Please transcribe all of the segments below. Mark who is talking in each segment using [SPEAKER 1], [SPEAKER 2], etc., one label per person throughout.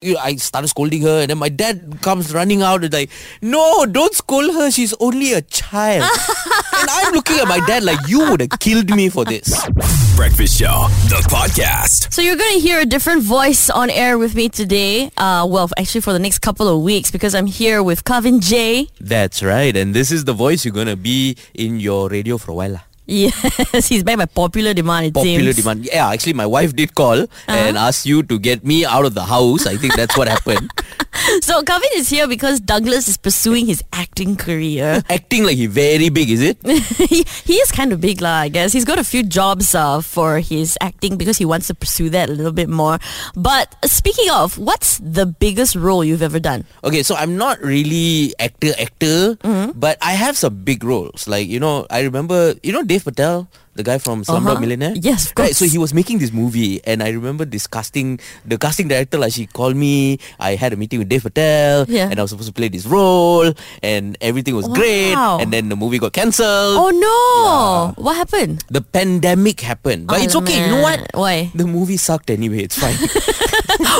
[SPEAKER 1] You know, I started scolding her, and then my dad comes running out and like, "No, don't scold her. She's only a child." and I'm looking at my dad like, "You would have killed me for this."
[SPEAKER 2] Breakfast Show, the podcast.
[SPEAKER 3] So you're going to hear a different voice on air with me today. Uh, well, actually for the next couple of weeks because I'm here with Kevin J.
[SPEAKER 1] That's right, and this is the voice you're gonna be in your radio for a while. lah.
[SPEAKER 3] Yes, he's back by popular demand. It
[SPEAKER 1] Popular
[SPEAKER 3] seems.
[SPEAKER 1] demand. Yeah, actually, my wife did call and asked you to get me out of the house. I think that's what happened.
[SPEAKER 3] So Kevin is here because Douglas is pursuing his acting career.
[SPEAKER 1] Acting like he very big, is it?
[SPEAKER 3] he, he is kind of big, lah. I guess he's got a few jobs uh, for his acting because he wants to pursue that a little bit more. But speaking of, what's the biggest role you've ever done?
[SPEAKER 1] Okay, so I'm not really actor actor,
[SPEAKER 3] Mm-hmm.
[SPEAKER 1] but I have some big roles. Like you know, I remember you know Dave Patel, the guy from Slumdog
[SPEAKER 3] Uh-huh.
[SPEAKER 1] Millionaire.
[SPEAKER 3] Yes, of
[SPEAKER 1] Right, so
[SPEAKER 3] course.
[SPEAKER 1] he was making this movie, and I remember this casting, the casting director. Like she called me, I had a meeting with Dave Patel,
[SPEAKER 3] Yeah.
[SPEAKER 1] and I was supposed to play this role, and everything was great.
[SPEAKER 3] Wow.
[SPEAKER 1] And then the movie got cancelled.
[SPEAKER 3] Oh no! What happened?
[SPEAKER 1] The pandemic happened, but
[SPEAKER 3] Oh,
[SPEAKER 1] it's okay. You know what?
[SPEAKER 3] Why?
[SPEAKER 1] The movie sucked anyway. It's fine.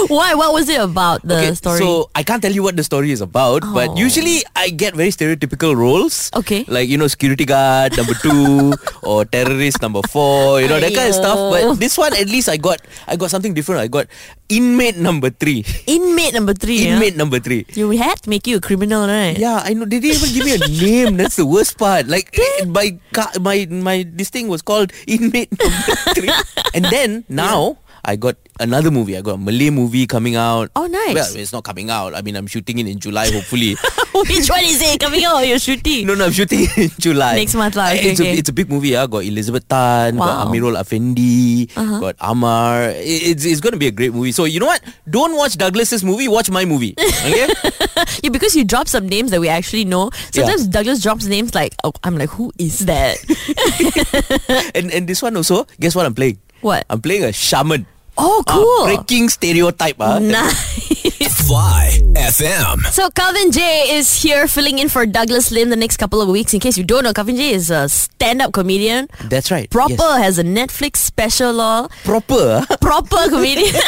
[SPEAKER 3] Why? What was it about the story?
[SPEAKER 1] So I can't tell you what the story is about, but
[SPEAKER 3] Oh.
[SPEAKER 1] usually I get very stereotypical roles.
[SPEAKER 3] Okay.
[SPEAKER 1] Like, you know, security guard number two or terrorist number four, you know, that kind of stuff.
[SPEAKER 3] Aiyo.
[SPEAKER 1] But this one at least I got I got something different. I got inmate number three.
[SPEAKER 3] Inmate number three. yeah?
[SPEAKER 1] Inmate number three.
[SPEAKER 3] You had to make you a criminal, right?
[SPEAKER 1] Yeah, I know. They didn't even give me a name. That's the worst part. Like eh, my ca- my my this thing was called inmate number three. And then now I got another movie. I got a Malay movie coming out.
[SPEAKER 3] Oh, nice.
[SPEAKER 1] Well, it's not coming out. I mean, I'm shooting it in July, hopefully.
[SPEAKER 3] Which one is it coming out of your shooting?
[SPEAKER 1] no, no, I'm shooting it in July.
[SPEAKER 3] Next month lah,
[SPEAKER 1] Uh,
[SPEAKER 3] okay,
[SPEAKER 1] it's, a,
[SPEAKER 3] okay.
[SPEAKER 1] it's a big movie. Yeah, got Elizabeth Tan, got
[SPEAKER 3] Wow. Uh-huh.
[SPEAKER 1] Amirul Afendi, got Amar. I- It's it's gonna be a great movie. So you know what? Don't watch Douglas's movie. Watch my movie. Okay.
[SPEAKER 3] Yeah, because you drop some names that we actually know.
[SPEAKER 1] Yeah.
[SPEAKER 3] Sometimes Douglas drops names like, oh, I'm like, who is that?
[SPEAKER 1] and and this one also. Guess what I'm playing?
[SPEAKER 3] What?
[SPEAKER 1] I'm playing a shaman.
[SPEAKER 3] Oh,
[SPEAKER 1] Ah,
[SPEAKER 3] cool.
[SPEAKER 1] breaking stereotype. ah.
[SPEAKER 3] nice.
[SPEAKER 2] Fly FM.
[SPEAKER 3] So Calvin J is here filling in for Douglas Lim the next couple of weeks. In case you don't know, Calvin J is a stand-up comedian.
[SPEAKER 1] That's right.
[SPEAKER 3] Proper
[SPEAKER 1] Yes.
[SPEAKER 3] has a Netflix special law.
[SPEAKER 1] Proper. ah.
[SPEAKER 3] proper comedian.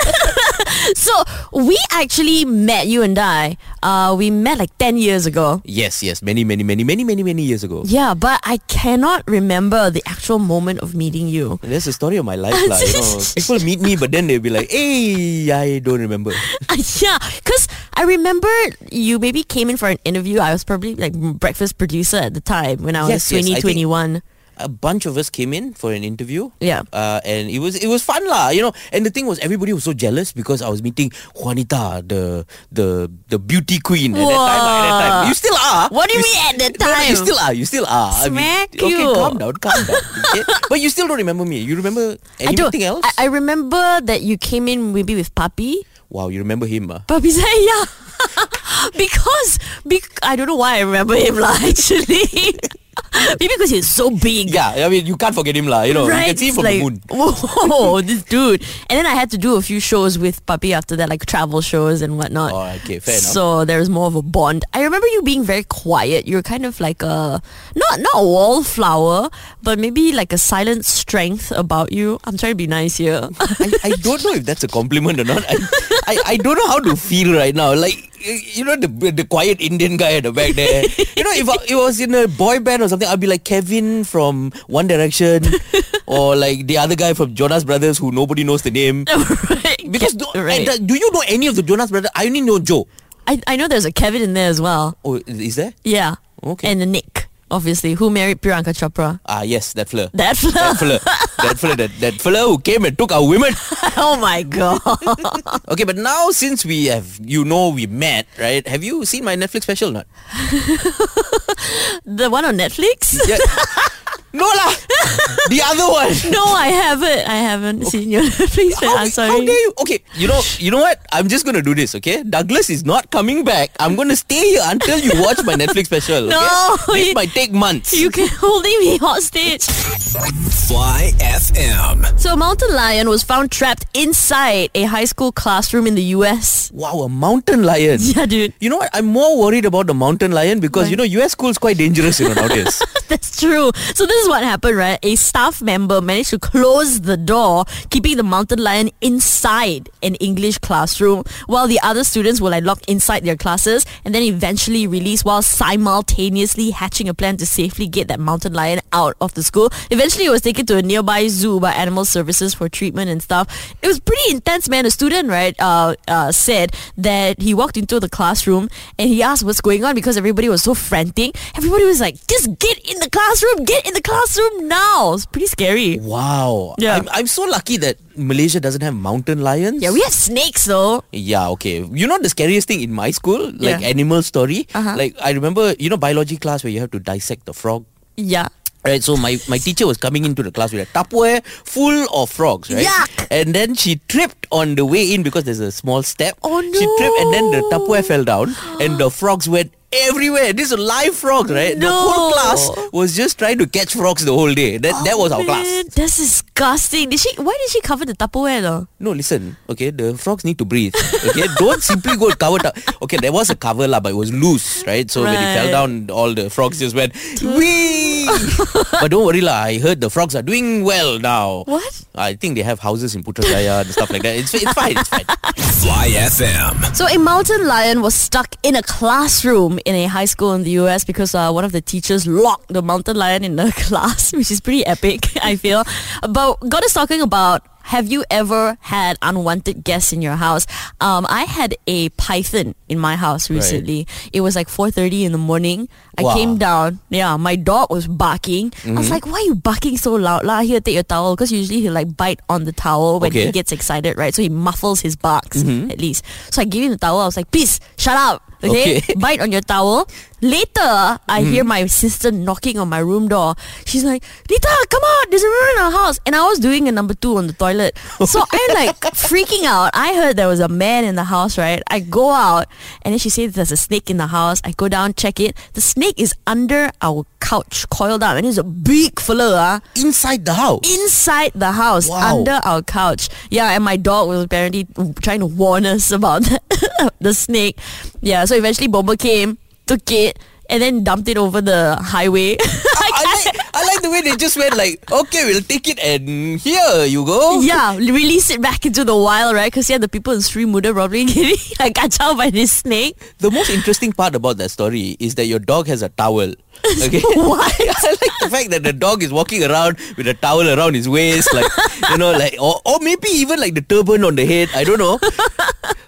[SPEAKER 3] so we actually met you and I. Uh, we met like ten years ago.
[SPEAKER 1] Yes, yes. Many, many, many, many, many, many years ago.
[SPEAKER 3] Yeah, but I cannot remember the actual moment of meeting you.
[SPEAKER 1] That's the story of my life. lah. you know. People meet me, but then they'll be like, hey, I don't remember.
[SPEAKER 3] Uh, yeah, because I remember you maybe came in for an interview. I was probably like breakfast producer at the time when I was
[SPEAKER 1] Yes, yes, I
[SPEAKER 3] twenty
[SPEAKER 1] think-
[SPEAKER 3] twenty one.
[SPEAKER 1] A bunch of us came in for an interview.
[SPEAKER 3] Yeah.
[SPEAKER 1] Uh, and it was it was fun lah, you know. And the thing was everybody was so jealous because I was meeting Juanita, the the the beauty queen at that time. ah, At that time.
[SPEAKER 3] Whoa.
[SPEAKER 1] You still are.
[SPEAKER 3] What do you mean at that
[SPEAKER 1] No, no, you
[SPEAKER 3] time?
[SPEAKER 1] still are. You still are.
[SPEAKER 3] Smack
[SPEAKER 1] I mean,
[SPEAKER 3] you.
[SPEAKER 1] Okay, calm down, calm down. okay? But you still don't remember me. You remember
[SPEAKER 3] I don't.
[SPEAKER 1] anything else?
[SPEAKER 3] I, I remember that you came in maybe with Papi.
[SPEAKER 1] Wow, you remember him? ah?
[SPEAKER 3] Papi said, yeah. because, bec- I don't know why I remember him lah. Actually, maybe because he's so big.
[SPEAKER 1] Yeah, I mean, you can't forget him, lah. You know,
[SPEAKER 3] right?
[SPEAKER 1] you can see him
[SPEAKER 3] It's
[SPEAKER 1] from
[SPEAKER 3] like,
[SPEAKER 1] the moon.
[SPEAKER 3] Whoa, this dude! And then I had to do a few shows with Papi after that, like travel shows and whatnot.
[SPEAKER 1] Oh, okay, fair enough.
[SPEAKER 3] So there was more of a bond. I remember you being very quiet. You were kind of like a not not a wallflower, but maybe like a silent strength about you. I'm trying to be nice here.
[SPEAKER 1] I, I don't know if that's a compliment or not. I, I, I don't know how to feel right now. Like, y- you know, the the quiet Indian guy at the back there. You know, if I, if I was in a boy band or something, I'd be like Kevin from One Direction or like the other guy from Jonas Brothers who nobody knows the name.
[SPEAKER 3] right?
[SPEAKER 1] Because
[SPEAKER 3] Ke-
[SPEAKER 1] do,
[SPEAKER 3] right.
[SPEAKER 1] and, uh, do you know any of the Jonas Brothers? I only know Joe.
[SPEAKER 3] I I know there's a Kevin in there as well.
[SPEAKER 1] Oh, is there?
[SPEAKER 3] Yeah.
[SPEAKER 1] Okay.
[SPEAKER 3] And a Nick, obviously, who married Priyanka Chopra.
[SPEAKER 1] Ah, yes, that fella.
[SPEAKER 3] That
[SPEAKER 1] That fella. That fella. That, that fella who came and took our women.
[SPEAKER 3] oh my god.
[SPEAKER 1] Okay, but now since we have, you know, we met, right? Have you seen my Netflix special or not?
[SPEAKER 3] The one on Netflix?
[SPEAKER 1] Yeah. no lah. The other one.
[SPEAKER 3] No, I haven't. I haven't seen your Netflix.
[SPEAKER 1] How,
[SPEAKER 3] I'm sorry.
[SPEAKER 1] how dare you? Okay, you know, you know what? I'm just gonna do this. Okay, Douglas is not coming back. I'm gonna stay here until you watch my Netflix special. Okay?
[SPEAKER 3] No,
[SPEAKER 1] this
[SPEAKER 3] you-
[SPEAKER 1] might take months.
[SPEAKER 3] You can holding me hostage.
[SPEAKER 2] Fly FM.
[SPEAKER 3] So a mountain lion was found trapped inside a high school classroom in the US.
[SPEAKER 1] wow, a mountain lion.
[SPEAKER 3] Yeah, dude.
[SPEAKER 1] You know what? I'm more worried about the mountain lion because
[SPEAKER 3] Why?
[SPEAKER 1] you know U.S. school's quite dangerous. You know nowadays.
[SPEAKER 3] That's true. So this is what happened, right? a staff member managed to close the door, keeping the mountain lion inside an English classroom, while the other students were like locked inside their classes and then eventually released while simultaneously hatching a plan to safely get that mountain lion out of the school. Eventually, it was taken to a nearby zoo by animal services for treatment and stuff. It was pretty intense, man. A student, right, uh, uh, said that he walked into the classroom and he asked what's going on because everybody was so frantic. Everybody was like, just get in the classroom, get in the classroom now. It's pretty scary.
[SPEAKER 1] Wow.
[SPEAKER 3] Yeah.
[SPEAKER 1] I'm, I'm so lucky that Malaysia doesn't have mountain lions.
[SPEAKER 3] Yeah, we have snakes though.
[SPEAKER 1] Yeah, okay. You know the scariest thing in my school? Like
[SPEAKER 3] Yeah.
[SPEAKER 1] animal story?
[SPEAKER 3] Uh-huh.
[SPEAKER 1] Like I remember, you know biology class where you have to dissect the frog?
[SPEAKER 3] Yeah.
[SPEAKER 1] Right, so my, my teacher was coming into the class with a Tupperware full of frogs, right?
[SPEAKER 3] Yuck.
[SPEAKER 1] And then she tripped on the way in because there's a small step.
[SPEAKER 3] Oh,
[SPEAKER 1] She tripped and then the
[SPEAKER 3] no.
[SPEAKER 1] Tupperware fell down and the frogs went everywhere. These are live frogs, right? The whole
[SPEAKER 3] No.
[SPEAKER 1] class was just trying to catch frogs the whole day. That, that was our class.
[SPEAKER 3] Oh, Man, That's disgusting. Did she? Why did she cover the Tupperware though?
[SPEAKER 1] No, listen. Okay, the frogs need to breathe. Okay, don't simply go cover up. Okay, there was a cover lah, but it was loose, right? So when it fell
[SPEAKER 3] Right.
[SPEAKER 1] down, all the frogs just went wee. but don't worry lah. I heard the frogs are doing well now.
[SPEAKER 3] What?
[SPEAKER 1] I think they have houses in Putrajaya and stuff like that. It's it's fine. It's fine.
[SPEAKER 2] Fly FM.
[SPEAKER 3] So a mountain lion was stuck in a classroom in a high school in the US because uh, one of the teachers locked the mountain lion in the class, which is pretty epic, I feel. But God is talking about have you ever had unwanted guests in your house? Um, I had a python in my house recently. It was like 4.30 in the morning. I
[SPEAKER 1] Wow.
[SPEAKER 3] came down. Yeah, my dog was barking. I was like, why are you barking so loud? La, here, take your towel. Because usually he'll like bite on the towel when
[SPEAKER 1] Okay.
[SPEAKER 3] he gets excited, right? So he muffles his barks at least. So I gave him the towel. I was like, please shut up. Okay,
[SPEAKER 1] Okay.
[SPEAKER 3] bite on your towel. Later, I hear my sister knocking on my room door. She's like, Lita, come on, there's a room in our house. And I was doing a number two on the toilet. So I'm like freaking out. I heard there was a man in the house, right? I go out and then she says there's a snake in the house. I go down, check it. The snake is under our couch, coiled up, and it's a big fella. ah
[SPEAKER 1] Inside the house.
[SPEAKER 3] inside the house
[SPEAKER 1] Wow.
[SPEAKER 3] under our couch. Yeah, and my dog was apparently trying to warn us about the, the snake. Yeah, so eventually Bomber came, took it, and then dumped it over the highway.
[SPEAKER 1] I like, I like the way they just went like, okay, we'll take it and here you go.
[SPEAKER 3] yeah, release it back into the wild, right? Because yeah, the people in Sri Muda probably getting like catch out by this snake.
[SPEAKER 1] The most interesting part about that story is that your dog has a towel. Okay.
[SPEAKER 3] What?
[SPEAKER 1] I like the fact that the dog is walking around with a towel around his waist, like you know, like or, or maybe even like the turban on the head. I don't know.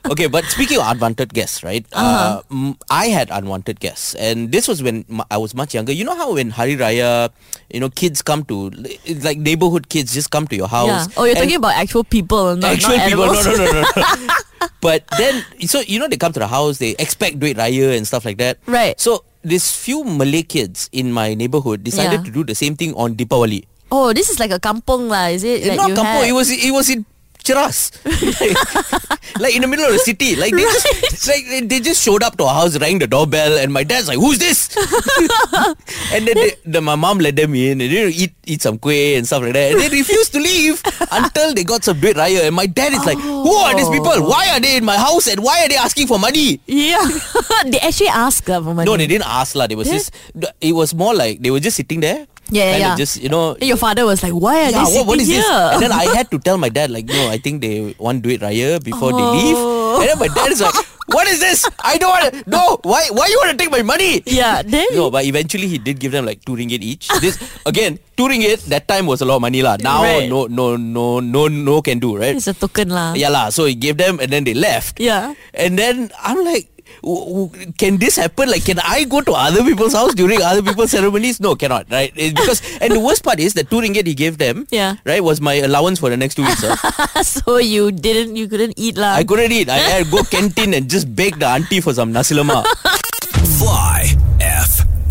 [SPEAKER 1] Okay, but speaking of unwanted guests, right?
[SPEAKER 3] Uh-huh.
[SPEAKER 1] uh mm, I had unwanted guests, and this was when m- I was much younger. You know how when Hari Raya, you know, kids come to it's like neighborhood kids just come to your house.
[SPEAKER 3] Yeah. Oh, you're
[SPEAKER 1] and-
[SPEAKER 3] talking about actual people, not,
[SPEAKER 1] actual
[SPEAKER 3] not
[SPEAKER 1] people.
[SPEAKER 3] animals.
[SPEAKER 1] No, no, no, no. but then, so you know, they come to the house, they expect Duit Raya and stuff like that.
[SPEAKER 3] Right.
[SPEAKER 1] So these few Malay kids in my neighborhood decided
[SPEAKER 3] Yeah.
[SPEAKER 1] to do the same thing on Deepawali.
[SPEAKER 3] Oh, this is like a kampong lah, is it? That
[SPEAKER 1] Not
[SPEAKER 3] you
[SPEAKER 1] Kampong, it
[SPEAKER 3] had?
[SPEAKER 1] was it was in Cheras, like, like in the middle of the city. Like they just like they, they just showed up to our house, rang the doorbell, and my dad's like, "Who's this?" and then, they, then my mom let them in, and they eat eat some kueh and stuff like that. And they refused to leave until they got some duit raya. And my dad is like, "Who are these
[SPEAKER 3] Oh.
[SPEAKER 1] people? Why are they in my house? And why are they asking for money?"
[SPEAKER 3] Yeah, they actually asked uh, for money.
[SPEAKER 1] No, they didn't ask lah. They was just it was more like they were just sitting there.
[SPEAKER 3] Yeah, yeah,
[SPEAKER 1] kinda
[SPEAKER 3] yeah.
[SPEAKER 1] Just you know,
[SPEAKER 3] Your father was like, "Why are
[SPEAKER 1] yeah,
[SPEAKER 3] they sitting
[SPEAKER 1] what, what is
[SPEAKER 3] here?"
[SPEAKER 1] this? And then I had to tell my dad, like, no, I think they want to do it Raya before they leave.
[SPEAKER 3] Oh.
[SPEAKER 1] And then my dad is like, what is this? I don't want to, no, why, why you want to take my money?
[SPEAKER 3] Yeah, then
[SPEAKER 1] No, but eventually he did give them like two ringgit each. This again, two ringgit that time was a lot of money lah. Now
[SPEAKER 3] Right.
[SPEAKER 1] no no no no no can do right.
[SPEAKER 3] it's a token lah.
[SPEAKER 1] Yeah lah. So he gave them and then they left.
[SPEAKER 3] Yeah.
[SPEAKER 1] And then I'm like, w- w- can this happen? Like, can I go to other people's house during other people's ceremonies? No, cannot. Right? It's because and the worst part is the two ringgit he gave them.
[SPEAKER 3] Yeah.
[SPEAKER 1] Right was my allowance for the next two weeks. huh?
[SPEAKER 3] so you didn't, you couldn't eat lah.
[SPEAKER 1] I couldn't eat. I had to go canteen and just beg the auntie for some nasi lemak.
[SPEAKER 2] Fly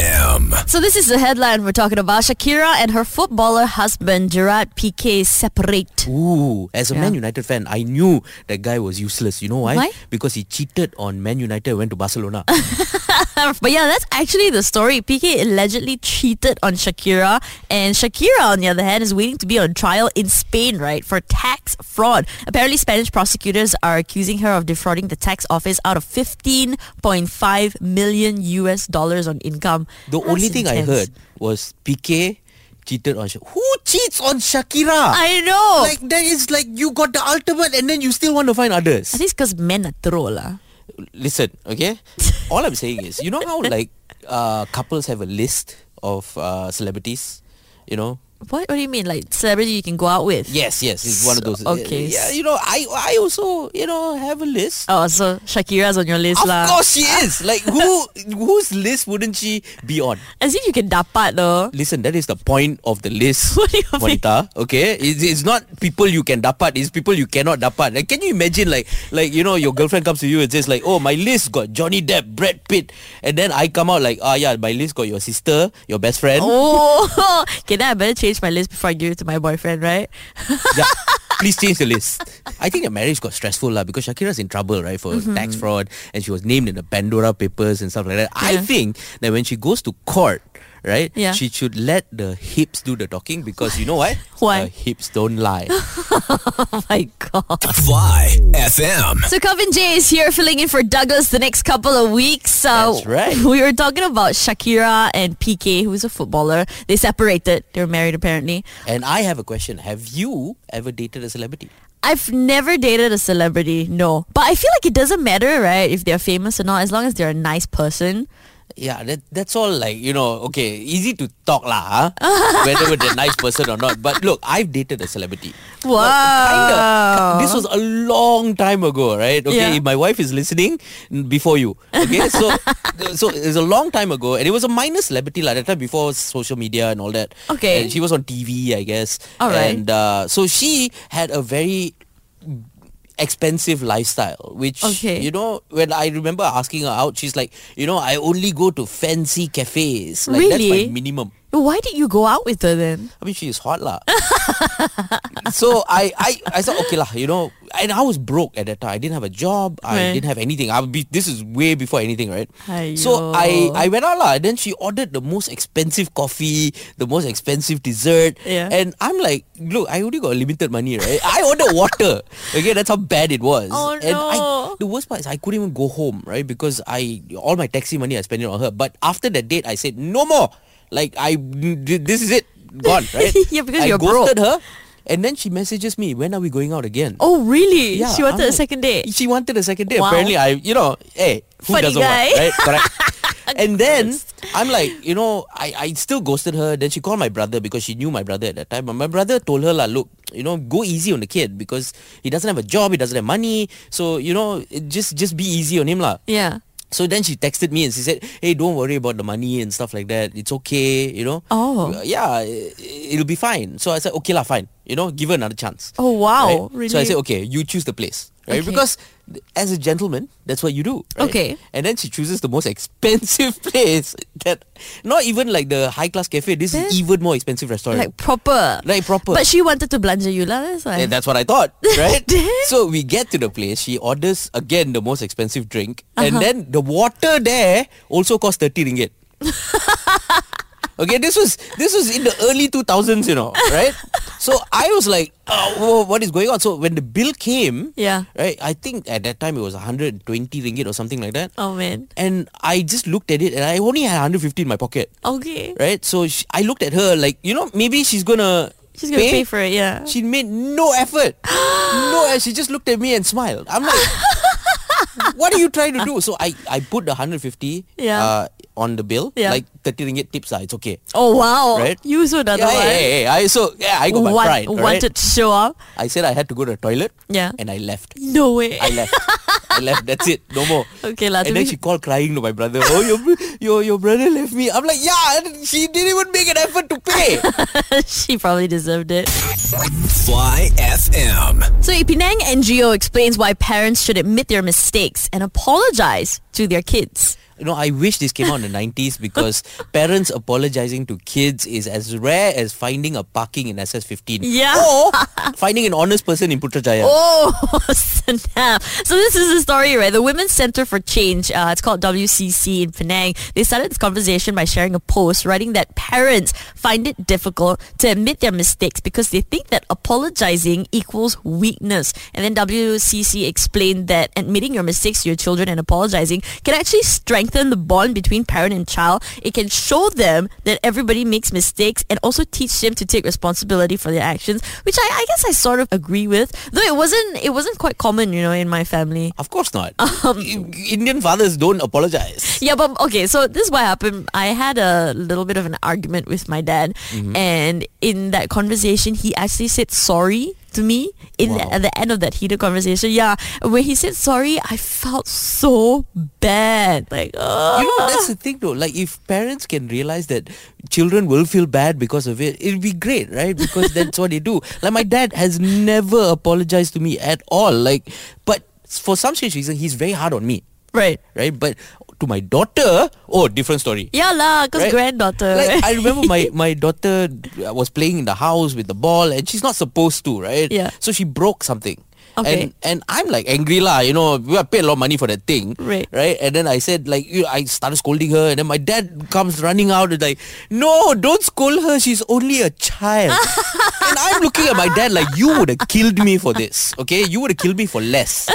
[SPEAKER 2] FM.
[SPEAKER 3] so this is the headline we're talking about: Shakira and her footballer husband Gerard Piqué separate.
[SPEAKER 1] Ooh, as a
[SPEAKER 3] Yeah.
[SPEAKER 1] Man United fan, I knew that guy was useless. You know why?
[SPEAKER 3] Why?
[SPEAKER 1] Because he cheated on Man United, went to Barcelona.
[SPEAKER 3] but yeah, that's actually the story. Piqué allegedly cheated on Shakira, and Shakira, on the other hand, is waiting to be on trial in Spain, right, for tax fraud. Apparently, Spanish prosecutors are accusing her of defrauding the tax office out of 15.5 million US dollars on income.
[SPEAKER 1] The
[SPEAKER 3] That's
[SPEAKER 1] only thing I
[SPEAKER 3] intense.
[SPEAKER 1] heard was Piqué cheated on Sha- Who cheats on Shakira?
[SPEAKER 3] I know.
[SPEAKER 1] Like that is like you got the ultimate and then you still want to find others.
[SPEAKER 3] I think it's because men are ah. throw lah.
[SPEAKER 1] Listen, okay? All I'm saying is, you know how like uh, couples have a list of uh, celebrities? You know?
[SPEAKER 3] What, what do you mean? Like celebrity you can go out with?
[SPEAKER 1] Yes, yes, it's one of those.
[SPEAKER 3] Okay.
[SPEAKER 1] Yeah, you know, I I also, you know, have a list.
[SPEAKER 3] Oh, so Shakira's on your list
[SPEAKER 1] Of
[SPEAKER 3] lah.
[SPEAKER 1] course she is. Like who whose list wouldn't she be on?
[SPEAKER 3] As if you can dapat though.
[SPEAKER 1] Listen, that is the point of the list,
[SPEAKER 3] What do you mean?
[SPEAKER 1] Monita. Okay, it's, it's not people you can dapat; it's people you cannot dapat. Like, can you imagine, like, like you know, your girlfriend comes to you and says, like, "Oh, my list got Johnny Depp, Brad Pitt," and then I come out like, "Ah, yeah, my list got your sister, your best friend."
[SPEAKER 3] Oh, okay. Then I better change my list before I give it to my boyfriend, right?
[SPEAKER 1] Yeah, please change the list. I think the marriage got stressful lah because Shakira's in trouble, right, for
[SPEAKER 3] Mm-hmm.
[SPEAKER 1] tax fraud, and she was named in the Pandora papers and stuff like that. I
[SPEAKER 3] Yeah.
[SPEAKER 1] think that when she goes to court. Right?
[SPEAKER 3] Yeah.
[SPEAKER 1] She should let the hips do the talking because you know what?
[SPEAKER 3] Why?
[SPEAKER 1] The hips don't lie.
[SPEAKER 3] Oh my god.
[SPEAKER 2] Fly FM.
[SPEAKER 3] So Calvin J is here filling in for Douglas the next couple of weeks. So
[SPEAKER 1] That's right.
[SPEAKER 3] We were talking about Shakira and PK, who's a footballer. They separated. They were married apparently.
[SPEAKER 1] And I have a question. Have you ever dated a celebrity?
[SPEAKER 3] I've never dated a celebrity, no. But I feel like it doesn't matter, right, if they're famous or not, as long as they're a nice person.
[SPEAKER 1] Yeah, that, that's all like, you know, okay, easy to talk lah, huh? whether they're a nice person or not. But look, I've dated a celebrity.
[SPEAKER 3] Wow.
[SPEAKER 1] Kinda. This was a long time ago, right? Okay,
[SPEAKER 3] Yeah.
[SPEAKER 1] if my wife is listening, n- before you. Okay, so so it was a long time ago, and it was a minor celebrity like that time before social media and all that.
[SPEAKER 3] Okay.
[SPEAKER 1] and she was on TV, I guess.
[SPEAKER 3] All right.
[SPEAKER 1] and uh, so she had a very expensive lifestyle which
[SPEAKER 3] Okay.
[SPEAKER 1] you know when i remember asking her out she's like you know i only go to fancy cafes like that's
[SPEAKER 3] Really?
[SPEAKER 1] my minimum
[SPEAKER 3] Why did you go out with her then?
[SPEAKER 1] I mean, she is hot lah. so I, I, I thought okay lah, you know. And I was broke at that time. I didn't have a job. I
[SPEAKER 3] Right.
[SPEAKER 1] didn't have anything. I would be. This is way before anything, right?
[SPEAKER 3] Aiyo.
[SPEAKER 1] So I, I went out lah. And then she ordered the most expensive coffee, the most expensive dessert.
[SPEAKER 3] Yeah.
[SPEAKER 1] And I'm like, look, I only got limited money, right? I ordered water. Okay, that's how bad it was.
[SPEAKER 3] Oh,
[SPEAKER 1] and I,
[SPEAKER 3] no.
[SPEAKER 1] the worst part is I couldn't even go home, right? Because I all my taxi money I spent it on her. But after that date, I said no more. Like I, this is it, gone, right?
[SPEAKER 3] Yeah, because
[SPEAKER 1] I
[SPEAKER 3] you're
[SPEAKER 1] ghosted her,
[SPEAKER 3] broke.
[SPEAKER 1] and then she messages me, "When are we going out again?"
[SPEAKER 3] Oh, really?
[SPEAKER 1] Yeah,
[SPEAKER 3] she wanted
[SPEAKER 1] I'm
[SPEAKER 3] a
[SPEAKER 1] like-
[SPEAKER 3] second date.
[SPEAKER 1] She wanted a second date.
[SPEAKER 3] Wow.
[SPEAKER 1] Apparently, I, you know, hey, who
[SPEAKER 3] Funny
[SPEAKER 1] doesn't
[SPEAKER 3] guy.
[SPEAKER 1] want, right? Correct. and then I'm like, you know, I, I still ghosted her. Then she called my brother because she knew my brother at that time. But my brother told her, lah, look, you know, go easy on the kid because he doesn't have a job, he doesn't have money. So, you know, it- just just be easy on him, lah.
[SPEAKER 3] Yeah.
[SPEAKER 1] So then she texted me and she said, "Hey, don't worry about the money and stuff like that. It's okay, you know.
[SPEAKER 3] Oh.
[SPEAKER 1] Uh, yeah, i- it'll be fine." So I said, "Okay lah, fine. You know, give her another chance."
[SPEAKER 3] Oh, wow.
[SPEAKER 1] Right? So I
[SPEAKER 3] Really?
[SPEAKER 1] said, "Okay, you choose the place, right?
[SPEAKER 3] Okay.
[SPEAKER 1] Because th- as a gentleman, that's what you do." right?
[SPEAKER 3] Okay.
[SPEAKER 1] And then she chooses the most expensive place that, not even like the high class cafe. This
[SPEAKER 3] Then-
[SPEAKER 1] is even more expensive restaurant.
[SPEAKER 3] Like proper.
[SPEAKER 1] Like proper.
[SPEAKER 3] But she wanted to belanja you lah. That's why.
[SPEAKER 1] And that's what I thought, right?
[SPEAKER 3] Then?
[SPEAKER 1] so we get to the place. She orders again the most expensive drink,
[SPEAKER 3] Uh-huh.
[SPEAKER 1] and then the water there also cost thirty ringgit. okay, this was this was in the early two thousands, you know, right? So I was like, oh, whoa, what is going on? So when the bill came,
[SPEAKER 3] Yeah.
[SPEAKER 1] right? I think at that time it was one hundred and twenty ringgit or something like that.
[SPEAKER 3] oh man.
[SPEAKER 1] And I just looked at it, and I only had one hundred fifty in my pocket,
[SPEAKER 3] Okay.
[SPEAKER 1] right? So she, I looked at her like, you know, maybe she's gonna
[SPEAKER 3] She's gonna pay for it. Yeah.
[SPEAKER 1] she made no effort. no, and she just looked at me and smiled. I'm like, what are you trying to do? So I, I put the 150
[SPEAKER 3] Yeah.
[SPEAKER 1] uh, on the bill,
[SPEAKER 3] Yeah.
[SPEAKER 1] like 30 ringgit tips. Ah, it's okay.
[SPEAKER 3] oh wow.
[SPEAKER 1] Right?
[SPEAKER 3] You so another
[SPEAKER 1] Yeah,
[SPEAKER 3] one.
[SPEAKER 1] hey, hey, hey, I, so yeah, I got my
[SPEAKER 3] Want-
[SPEAKER 1] pride. alright?
[SPEAKER 3] Wanted to show up.
[SPEAKER 1] I said I had to go to the toilet.
[SPEAKER 3] Yeah.
[SPEAKER 1] And I left.
[SPEAKER 3] No way.
[SPEAKER 1] I left. I left. That's it. No more.
[SPEAKER 3] Okay lah, to
[SPEAKER 1] And then
[SPEAKER 3] me-
[SPEAKER 1] she called crying to my brother. Oh, your br- your your brother left me. I'm like, yeah. and She didn't even make an effort to pay.
[SPEAKER 3] she probably deserved it.
[SPEAKER 2] Fly FM.
[SPEAKER 3] So a Penang NGO explains why parents should admit their mistakes and apologize to their kids.
[SPEAKER 1] You know, I wish this came out in the 90s because parents apologizing to kids is as rare as finding a parking in SS15.
[SPEAKER 3] Yeah.
[SPEAKER 1] Or finding an honest person in Putrajaya.
[SPEAKER 3] Oh snap! So this is the story, right? The Women's Center for Change, uh, it's called WCC in Penang. They started this conversation by sharing a post, writing that parents find it difficult to admit their mistakes because they think that apologizing equals weakness. And then WCC explained that admitting your mistakes to your children and apologizing can actually strengthen strengthen the bond between parent and child. It can show them that everybody makes mistakes and also teach them to take responsibility for their actions, which I, I guess I sort of agree with. Though it wasn't it wasn't quite common, you know, in my family.
[SPEAKER 1] Of course not. I- Indian fathers don't apologize.
[SPEAKER 3] Yeah, but okay, so this is what happened. I had a little bit of an argument with my dad,
[SPEAKER 1] Mm-hmm.
[SPEAKER 3] and in that conversation, he actually said sorry to me in the,
[SPEAKER 1] Wow.
[SPEAKER 3] at the end of that heated conversation. Yeah, when he said sorry, I felt so bad. Like,
[SPEAKER 1] You know,
[SPEAKER 3] oh.
[SPEAKER 1] that's the thing though. Like, if parents can realize that children will feel bad because of it, it'll be great, right? Because that's what they do. Like, my dad has never apologized to me at all. Like, but for some strange reason, he's very hard on me,
[SPEAKER 3] right.
[SPEAKER 1] right? But to my daughter, oh, different story.
[SPEAKER 3] Yeah lah, cause
[SPEAKER 1] Right?
[SPEAKER 3] granddaughter.
[SPEAKER 1] Like, I remember my, my daughter uh, was playing in the house with the ball and she's not supposed to, right?
[SPEAKER 3] Yeah.
[SPEAKER 1] So she broke something.
[SPEAKER 3] Okay.
[SPEAKER 1] And and I'm like angry lah, you know, we I paid a lot of money for that thing.
[SPEAKER 3] Right.
[SPEAKER 1] Right? And then I said like you I started scolding her and then my dad comes running out and like, No, don't scold her, she's only a child. and I'm looking at my dad like you would have killed me for this. Okay? You would have killed me for less.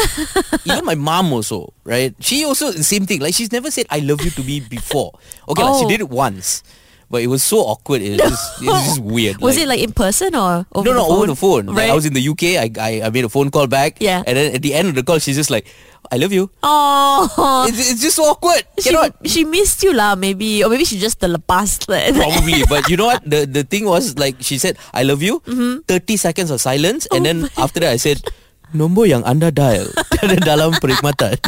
[SPEAKER 1] Even my mom also, right? She also same thing. Like she's never said I love you to me before. Okay, like she
[SPEAKER 3] Oh.
[SPEAKER 1] did it once, but it was so awkward. It was just, it was just weird.
[SPEAKER 3] Was it like in person or over
[SPEAKER 1] no,
[SPEAKER 3] the
[SPEAKER 1] no,
[SPEAKER 3] phone?
[SPEAKER 1] over the phone. Like,
[SPEAKER 3] Right.
[SPEAKER 1] I was in the UK. I, I I made a phone call back.
[SPEAKER 3] Yeah.
[SPEAKER 1] And then at the end of the call, she's just like, "I love you."
[SPEAKER 3] oh,
[SPEAKER 1] It's, it's just so awkward.
[SPEAKER 3] she,
[SPEAKER 1] Cannot.
[SPEAKER 3] she missed you lah. Maybe or maybe she just telepassed.
[SPEAKER 1] Probably, but you know what? The the thing was like she said, "I love you."
[SPEAKER 3] Mm-hmm.
[SPEAKER 1] Thirty seconds of silence, and
[SPEAKER 3] Oh
[SPEAKER 1] then after that, I said, "Nombor yang anda dial ada dalam perkhidmatan."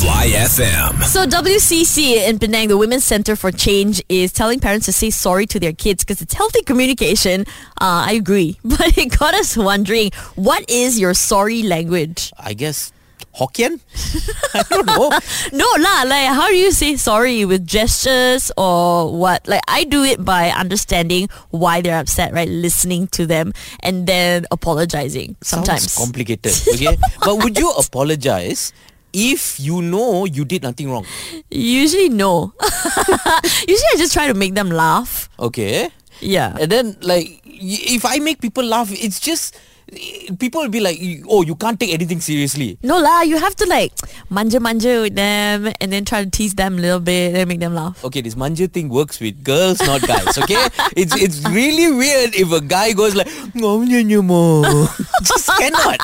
[SPEAKER 2] Fly FM.
[SPEAKER 3] So WCC in Penang, the Women's Center for Change, is telling parents to say sorry to their kids because it's healthy communication. Uh, I agree, but it got us wondering: what is your sorry language?
[SPEAKER 1] I guess Hokkien. I don't know.
[SPEAKER 3] No lah, like how do you say sorry with gestures or what? Like I do it by understanding why they're upset, right? Listening to them and then apologizing sometimes.
[SPEAKER 1] Sounds complicated. Okay, but would you apologize if you know you did nothing wrong?
[SPEAKER 3] Usually no. Usually I just try to make them laugh.
[SPEAKER 1] Okay,
[SPEAKER 3] Yeah.
[SPEAKER 1] and then like y- if I make people laugh, it's just people will be like, "Oh, you can't take anything seriously."
[SPEAKER 3] No lah, you have to like manja manja with them and then try to tease them a little bit and make them laugh.
[SPEAKER 1] Okay, this manja thing works with girls, not guys. Okay, it's it's really weird if a guy goes like, "Ngom nyo nyo mo." just cannot.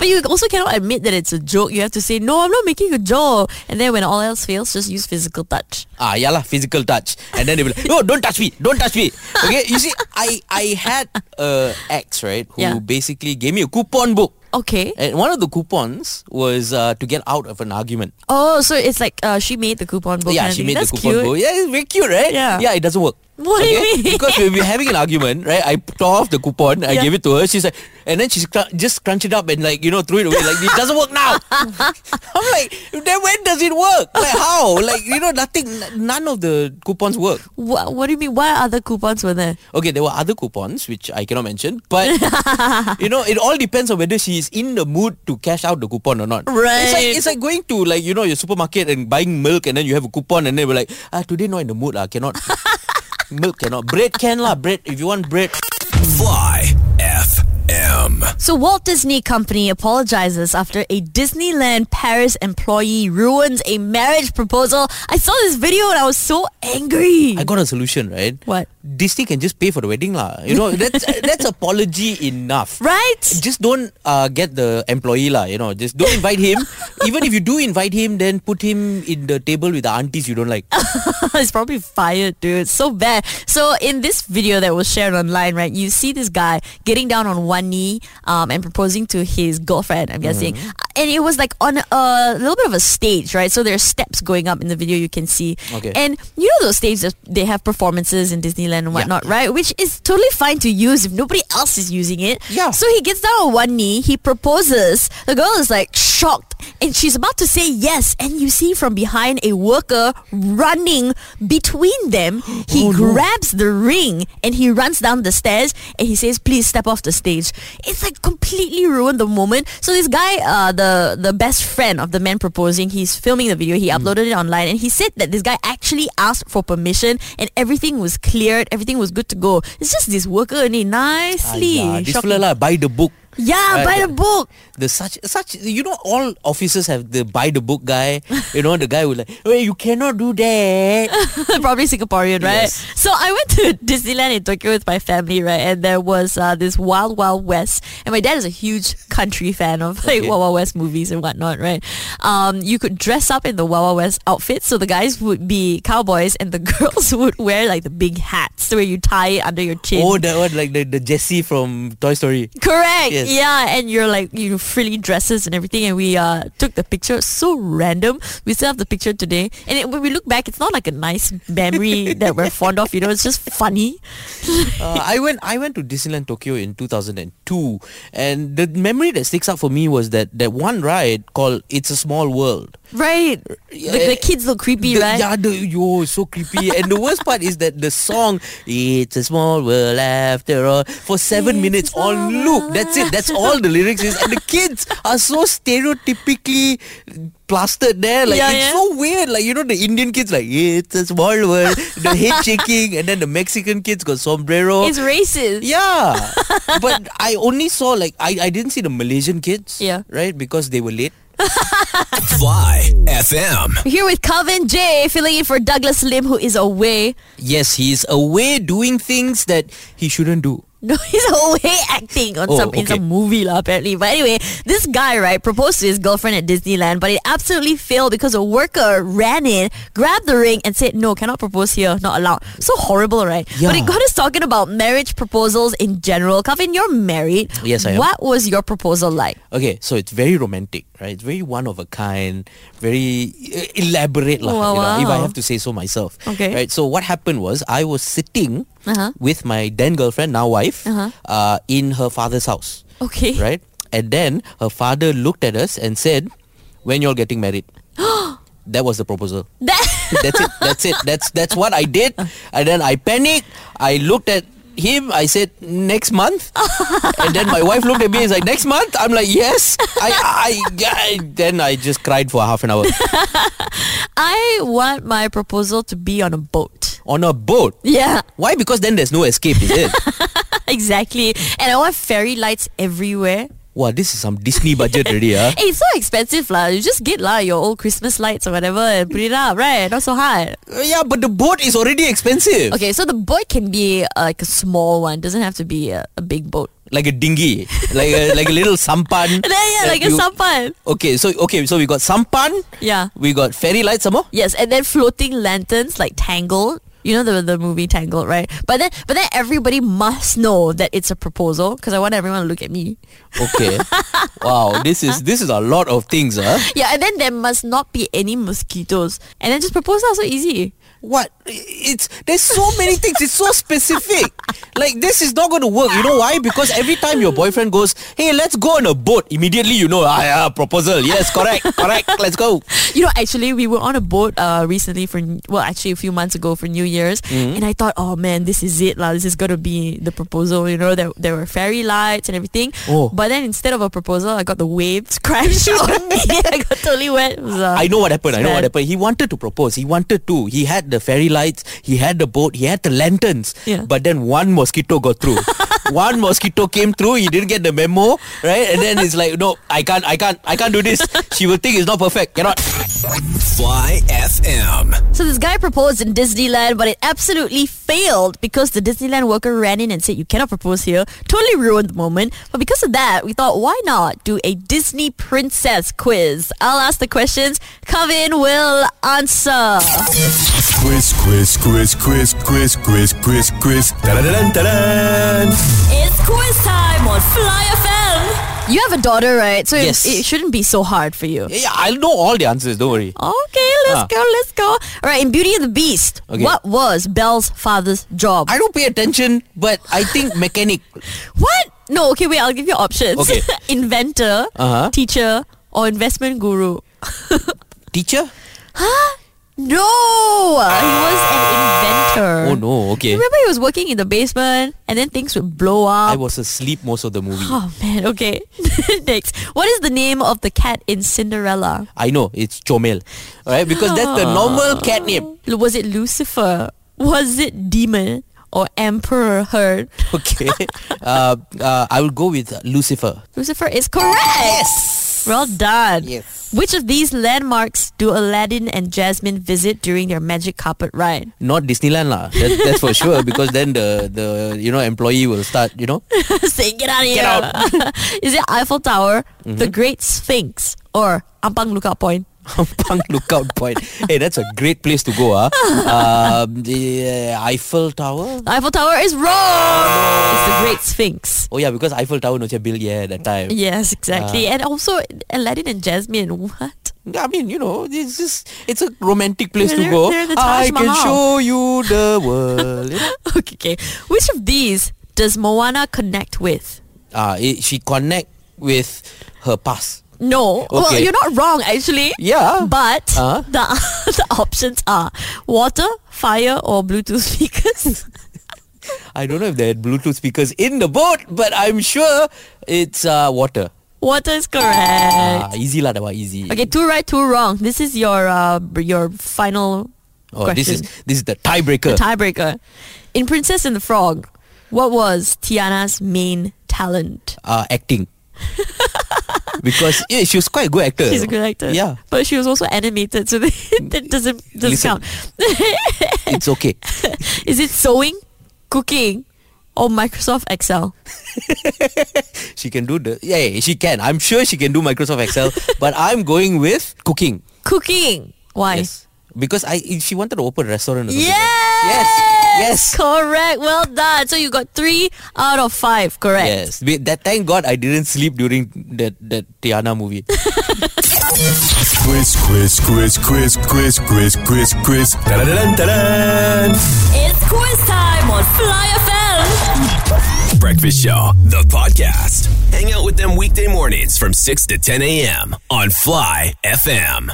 [SPEAKER 3] But you also cannot admit that it's a joke. You have to say, no, I'm not making a joke. And then when all else fails, just use physical touch.
[SPEAKER 1] Ah, yeah, lah, physical touch. And then they will like, no, don't touch me, don't touch me. Okay, you see, I I had a ex right who
[SPEAKER 3] Yeah.
[SPEAKER 1] basically gave me a coupon book.
[SPEAKER 3] Okay.
[SPEAKER 1] And one of the coupons was uh, to get out of an argument.
[SPEAKER 3] Oh, so it's like uh, she made the coupon book.
[SPEAKER 1] yeah,
[SPEAKER 3] kind of
[SPEAKER 1] she
[SPEAKER 3] thing.
[SPEAKER 1] made
[SPEAKER 3] That's
[SPEAKER 1] the coupon
[SPEAKER 3] cute.
[SPEAKER 1] book. Yeah, it's very cute, right?
[SPEAKER 3] Yeah.
[SPEAKER 1] Yeah, it doesn't work.
[SPEAKER 3] What do you mean?
[SPEAKER 1] Because we were having an argument, right? I tore off the coupon, I
[SPEAKER 3] Yeah.
[SPEAKER 1] gave it to her. She's like, and then she cr- just crunched it up and like you know threw it away. Like it doesn't work now. I'm like, then when does it work? Like how? Like you know nothing. None of the coupons work.
[SPEAKER 3] Wha- What, do you mean? What other coupons were there?
[SPEAKER 1] Okay, there were other coupons which I cannot mention, but you know, it all depends on whether she is in the mood to cash out the coupon or not. It's like
[SPEAKER 3] Right.
[SPEAKER 1] it's like going to like you know your supermarket and buying milk, and then you have a coupon, and then we're like, ah, today not in the mood, lah, cannot. milk cannot. Bread can lah. Bread if you want bread.
[SPEAKER 2] Fly FM.
[SPEAKER 3] So Walt Disney Company apologizes after a Disneyland Paris employee ruins a marriage proposal. I saw this video and I was so angry.
[SPEAKER 1] I got a solution, right?
[SPEAKER 3] What?
[SPEAKER 1] Disney can just pay for the wedding, lah. You know, that's that's apology enough.
[SPEAKER 3] Right?
[SPEAKER 1] Just don't uh, get the employee lah. You know, just don't invite him. Even if you do invite him, then put him in the table with the aunties you don't like.
[SPEAKER 3] He's probably fired, dude. It's so bad. So in this video that was shared online, right, you see this guy getting down on one knee um, and proposing to his girlfriend, I'm guessing. And it was like on a little bit of a stage, right? So there's steps going up in the video you can see.
[SPEAKER 1] Okay.
[SPEAKER 3] And you know those stages, they have performances in Disneyland and whatnot, right? Which is totally fine to use if nobody else is using it.
[SPEAKER 1] Yeah.
[SPEAKER 3] So he gets down on one knee, he proposes. The girl is like shocked and she's about to say yes. And you see from behind a worker running between them. He
[SPEAKER 1] Oh,
[SPEAKER 3] grabs the ring and he runs down the stairs and he says, please step off the stage. It's like completely ruined the moment. So this guy, uh, the, the best friend of the man proposing, he's filming the video. He
[SPEAKER 1] Hmm.
[SPEAKER 3] uploaded it online and he said that this guy actually asked for permission and everything was cleared. Everything was good to go. It's just this worker only nicely.
[SPEAKER 1] Aiyah, Ah, this
[SPEAKER 3] shocking.
[SPEAKER 1] fella lah, buy the book.
[SPEAKER 3] Yeah,
[SPEAKER 1] Uh,
[SPEAKER 3] by the book.
[SPEAKER 1] The such such you know all officers have the buy the book guy. You know the guy who like, oh you cannot do that.
[SPEAKER 3] Probably Singaporean, right?
[SPEAKER 1] Yes.
[SPEAKER 3] So I went to Disneyland in Tokyo with my family, right? And there was uh, this Wild Wild West, and my dad is a huge country fan of like
[SPEAKER 1] Okay.
[SPEAKER 3] Wild Wild West movies and whatnot, right? Um, you could dress up in the Wild Wild West outfit, so the guys would be cowboys, and the girls would wear like the big hats where you tie it under your chin.
[SPEAKER 1] Oh that one like the, the Jesse from Toy Story. Yes.
[SPEAKER 3] Correct. Yeah, and you're like you know, frilly dresses and everything, and we uh took the picture. So random. We still have the picture today, and it, when we look back, it's not like a nice memory that we're fond of. You know, it's just funny.
[SPEAKER 1] Uh, I went I went to Disneyland Tokyo in 2002 and the memory that sticks out for me was that that one ride called It's a Small World.
[SPEAKER 3] Right. Like the kids look creepy,
[SPEAKER 1] Uh, The-
[SPEAKER 3] right?
[SPEAKER 1] Yeah, the, yo, so creepy. and the worst part is that the song "It's a small world after all" for seven
[SPEAKER 3] It's a
[SPEAKER 1] minutes
[SPEAKER 3] small
[SPEAKER 1] on loop. That's it. That's all the lyrics is. And the kids are so stereotypically plastered there. Like
[SPEAKER 3] Yeah,
[SPEAKER 1] it's
[SPEAKER 3] yeah.
[SPEAKER 1] so weird. Like you know, the Indian kids like "It's a small world," the head shaking, and then the Mexican kids got sombrero.
[SPEAKER 3] It's racist.
[SPEAKER 1] yeah, but I only saw like I, I didn't see the Malaysian kids.
[SPEAKER 3] Yeah.
[SPEAKER 1] right because they were late.
[SPEAKER 2] Fly FM.
[SPEAKER 3] We're here with Calvin J, filling in for Douglas Lim, who is away.
[SPEAKER 1] Yes, he is away doing things that he shouldn't do.
[SPEAKER 3] No, he's away acting on
[SPEAKER 1] Oh,
[SPEAKER 3] some in
[SPEAKER 1] okay.
[SPEAKER 3] some movie lah, apparently. But anyway, this guy right proposed to his girlfriend at Disneyland, but it absolutely failed because a worker ran in, grabbed the ring, and said, "No, cannot propose here, not allowed." So horrible, right? But it
[SPEAKER 1] Yeah.
[SPEAKER 3] got us talking about marriage proposals in general. Calvin, you're married.
[SPEAKER 1] Yes, I am.
[SPEAKER 3] What was your proposal like?
[SPEAKER 1] Okay, so it's very romantic, right? It's very one of a kind, very uh, elaborate, lah.
[SPEAKER 3] Wow,
[SPEAKER 1] you know, if I
[SPEAKER 3] wow.
[SPEAKER 1] have to say so myself.
[SPEAKER 3] Okay.
[SPEAKER 1] Right. So what happened was I was sitting
[SPEAKER 3] Uh-huh.
[SPEAKER 1] with my then girlfriend, now wife, uh in her father's house,
[SPEAKER 3] Okay.
[SPEAKER 1] right? And then her father looked at us and said, "When you're getting married." that was the proposal.
[SPEAKER 3] That-
[SPEAKER 1] that's it. That's it. That's that's what I did. And then I panicked. I looked at him. I said, "Next month." and then my wife looked at me. and is like, "Next month." I'm like, "Yes." I, I, I then I just cried for half an hour
[SPEAKER 3] I want my proposal to be on a boat.
[SPEAKER 1] on a boat.
[SPEAKER 3] Yeah.
[SPEAKER 1] Why? Because then there's no escape, is it?
[SPEAKER 3] Exactly. And I want fairy lights everywhere.
[SPEAKER 1] wow, this is some Disney budget already, huh?
[SPEAKER 3] Hey, it's so expensive lah. You just get lah your old Christmas lights or whatever and put it up, right? Not so hard.
[SPEAKER 1] Uh, Yeah, but the boat is already expensive.
[SPEAKER 3] Okay, so the boat can be uh, like a small one. Doesn't have to be a, a big boat.
[SPEAKER 1] Like a dinghy, like a, like a little sampan.
[SPEAKER 3] And then, yeah,
[SPEAKER 1] that
[SPEAKER 3] like a
[SPEAKER 1] you-
[SPEAKER 3] sampan.
[SPEAKER 1] Okay, so okay, so we got sampan.
[SPEAKER 3] Yeah.
[SPEAKER 1] We got fairy lights, some more.
[SPEAKER 3] Yes, and then floating lanterns like Tangled. You know the the movie Tangled, right? But then but then everybody must know that it's a proposal because I want everyone to look at me.
[SPEAKER 1] Okay. wow, this is this is a lot of things, huh?
[SPEAKER 3] Yeah, and then there must not be any mosquitoes. And then just propose out so easy.
[SPEAKER 1] What? It's there's so many things. It's so specific. Like this is not going to work. You know why? Because every time your boyfriend goes, "Hey, let's go on a boat," immediately you know, ah, yeah, proposal. Yes, correct, correct. Let's go.
[SPEAKER 3] You know, actually, we were on a boat uh, recently for well, actually a few months ago for New Year's,
[SPEAKER 1] Mm-hmm.
[SPEAKER 3] and I thought, oh man, this is it, lah. This is gonna be the proposal. You know, there there were fairy lights and everything.
[SPEAKER 1] Oh.
[SPEAKER 3] But then instead of a proposal, I got the waves crash on me. I got totally wet. It was, uh,
[SPEAKER 1] I know what happened. I know what
[SPEAKER 3] bad.
[SPEAKER 1] happened. He wanted to propose. He wanted to. He had the fairy lights. He had the boat. He had the lanterns.
[SPEAKER 3] Yeah.
[SPEAKER 1] But then one mosquito got through. one mosquito came through. He didn't get the memo, right? And then it's like, no, I can't. I can't. I can't do this. She will think it's not perfect. Cannot.
[SPEAKER 2] Fly FM.
[SPEAKER 3] So this guy proposed in Disneyland, but it absolutely failed because the Disneyland worker ran in and said, "You cannot propose here." Totally ruined the moment. But because of that, we thought, why not do a Disney princess quiz? I'll ask the questions. Kevin will answer.
[SPEAKER 2] Quiz, quiz, quiz, quiz, quiz, quiz, quiz, quiz. Da-da-da-dun, da-dun.
[SPEAKER 3] It's quiz time on Fly FM. You have a daughter, right? So it-
[SPEAKER 1] Yes.
[SPEAKER 3] it, shouldn't be so hard for you.
[SPEAKER 1] Yeah, I'll know all the answers. Don't worry.
[SPEAKER 3] Okay,
[SPEAKER 1] Ah.
[SPEAKER 3] let's go, let's go. All right, in Beauty and the Beast,
[SPEAKER 1] Okay.
[SPEAKER 3] what was Belle's father's job?
[SPEAKER 1] I don't pay attention, but I think mechanic.
[SPEAKER 3] What? No, okay, wait, I'll give you options.
[SPEAKER 1] Okay.
[SPEAKER 3] Inventor,
[SPEAKER 1] Uh-huh.
[SPEAKER 3] teacher, or investment guru.
[SPEAKER 1] Teacher?
[SPEAKER 3] No! He Ah, was an inventor.
[SPEAKER 1] Oh no, okay.
[SPEAKER 3] Remember he was working in the basement and then things would blow up.
[SPEAKER 1] I was asleep most of the movie.
[SPEAKER 3] oh man, okay. Next. What is the name of the cat in Cinderella?
[SPEAKER 1] I know, it's Chomel.
[SPEAKER 3] Ah.
[SPEAKER 1] Alright, because that's the normal cat name.
[SPEAKER 3] Was it Lucifer? Was it Demon? or Emperor Heard.
[SPEAKER 1] Okay. uh, uh, I will go with uh, Lucifer.
[SPEAKER 3] Lucifer is correct. Yes. Well done.
[SPEAKER 1] Yes.
[SPEAKER 3] Which of these landmarks do Aladdin and Jasmine visit during their magic carpet ride?
[SPEAKER 1] Not Disneyland lah. That, that's for sure because then the the you know employee will start you know
[SPEAKER 3] Saying, get out of here. is it Eiffel Tower,
[SPEAKER 1] Mm-hmm.
[SPEAKER 3] the Great Sphinx, or Ampang Lookout Point?
[SPEAKER 1] punk lookout point. Hey, that's a great place to go. Ah, um, the uh, Eiffel Tower.
[SPEAKER 3] The Eiffel Tower is wrong. It's the Great Sphinx.
[SPEAKER 1] Oh yeah, because Eiffel Tower was built yeah that time.
[SPEAKER 3] Yes, exactly.
[SPEAKER 1] Ah.
[SPEAKER 3] and also Aladdin and Jasmine. What?
[SPEAKER 1] I mean, you know, it's just it's a romantic place to
[SPEAKER 3] They're-
[SPEAKER 1] go.
[SPEAKER 3] they're the
[SPEAKER 1] I
[SPEAKER 3] Taj
[SPEAKER 1] can
[SPEAKER 3] Mahal.
[SPEAKER 1] show you the world. you know?
[SPEAKER 3] okay, okay. Which of these does Moana connect with?
[SPEAKER 1] Ah, it, she connect with her past.
[SPEAKER 3] No. Well,
[SPEAKER 1] Okay.
[SPEAKER 3] you're not wrong actually.
[SPEAKER 1] Yeah.
[SPEAKER 3] But
[SPEAKER 1] Uh-huh.
[SPEAKER 3] the, the options are water, fire, or Bluetooth speakers.
[SPEAKER 1] I don't know if they had Bluetooth speakers in the boat, but I'm sure it's uh, water.
[SPEAKER 3] water is correct.
[SPEAKER 1] Ah, easy lah, that one easy.
[SPEAKER 3] Okay, two right, two wrong. This is your uh, b- your final
[SPEAKER 1] Oh,
[SPEAKER 3] question.
[SPEAKER 1] this is this is the tiebreaker.
[SPEAKER 3] tiebreaker. In Princess and the Frog, what was Tiana's main talent?
[SPEAKER 1] uh, acting. because yeah, she was quite a good actor.
[SPEAKER 3] She's a good actor.
[SPEAKER 1] Uh, Yeah, Mm,
[SPEAKER 3] But she was also animated, so that doesn't, doesn't
[SPEAKER 1] Listen.
[SPEAKER 3] count.
[SPEAKER 1] it's okay.
[SPEAKER 3] Is it sewing, cooking, or Microsoft Excel?
[SPEAKER 1] She can do the yeah, yeah, she can. I'm sure she can do Microsoft Excel, but I'm going with cooking.
[SPEAKER 3] Cooking. Why?
[SPEAKER 1] Yes. Because I she wanted to open a restaurant or something.
[SPEAKER 3] Yes.
[SPEAKER 1] Yes.
[SPEAKER 3] Correct. Well done. So you got three out of five. Correct.
[SPEAKER 1] Yes. Be- That thank God I didn't sleep during that that Tiana movie.
[SPEAKER 2] Quiz, quiz, quiz, quiz, quiz, quiz, quiz, quiz. Ta-da-da-da-da-da.
[SPEAKER 3] It's quiz time on Fly FM.
[SPEAKER 4] Breakfast Show, the podcast. Hang out with them weekday mornings from 6 to 10 a.m. on Fly FM.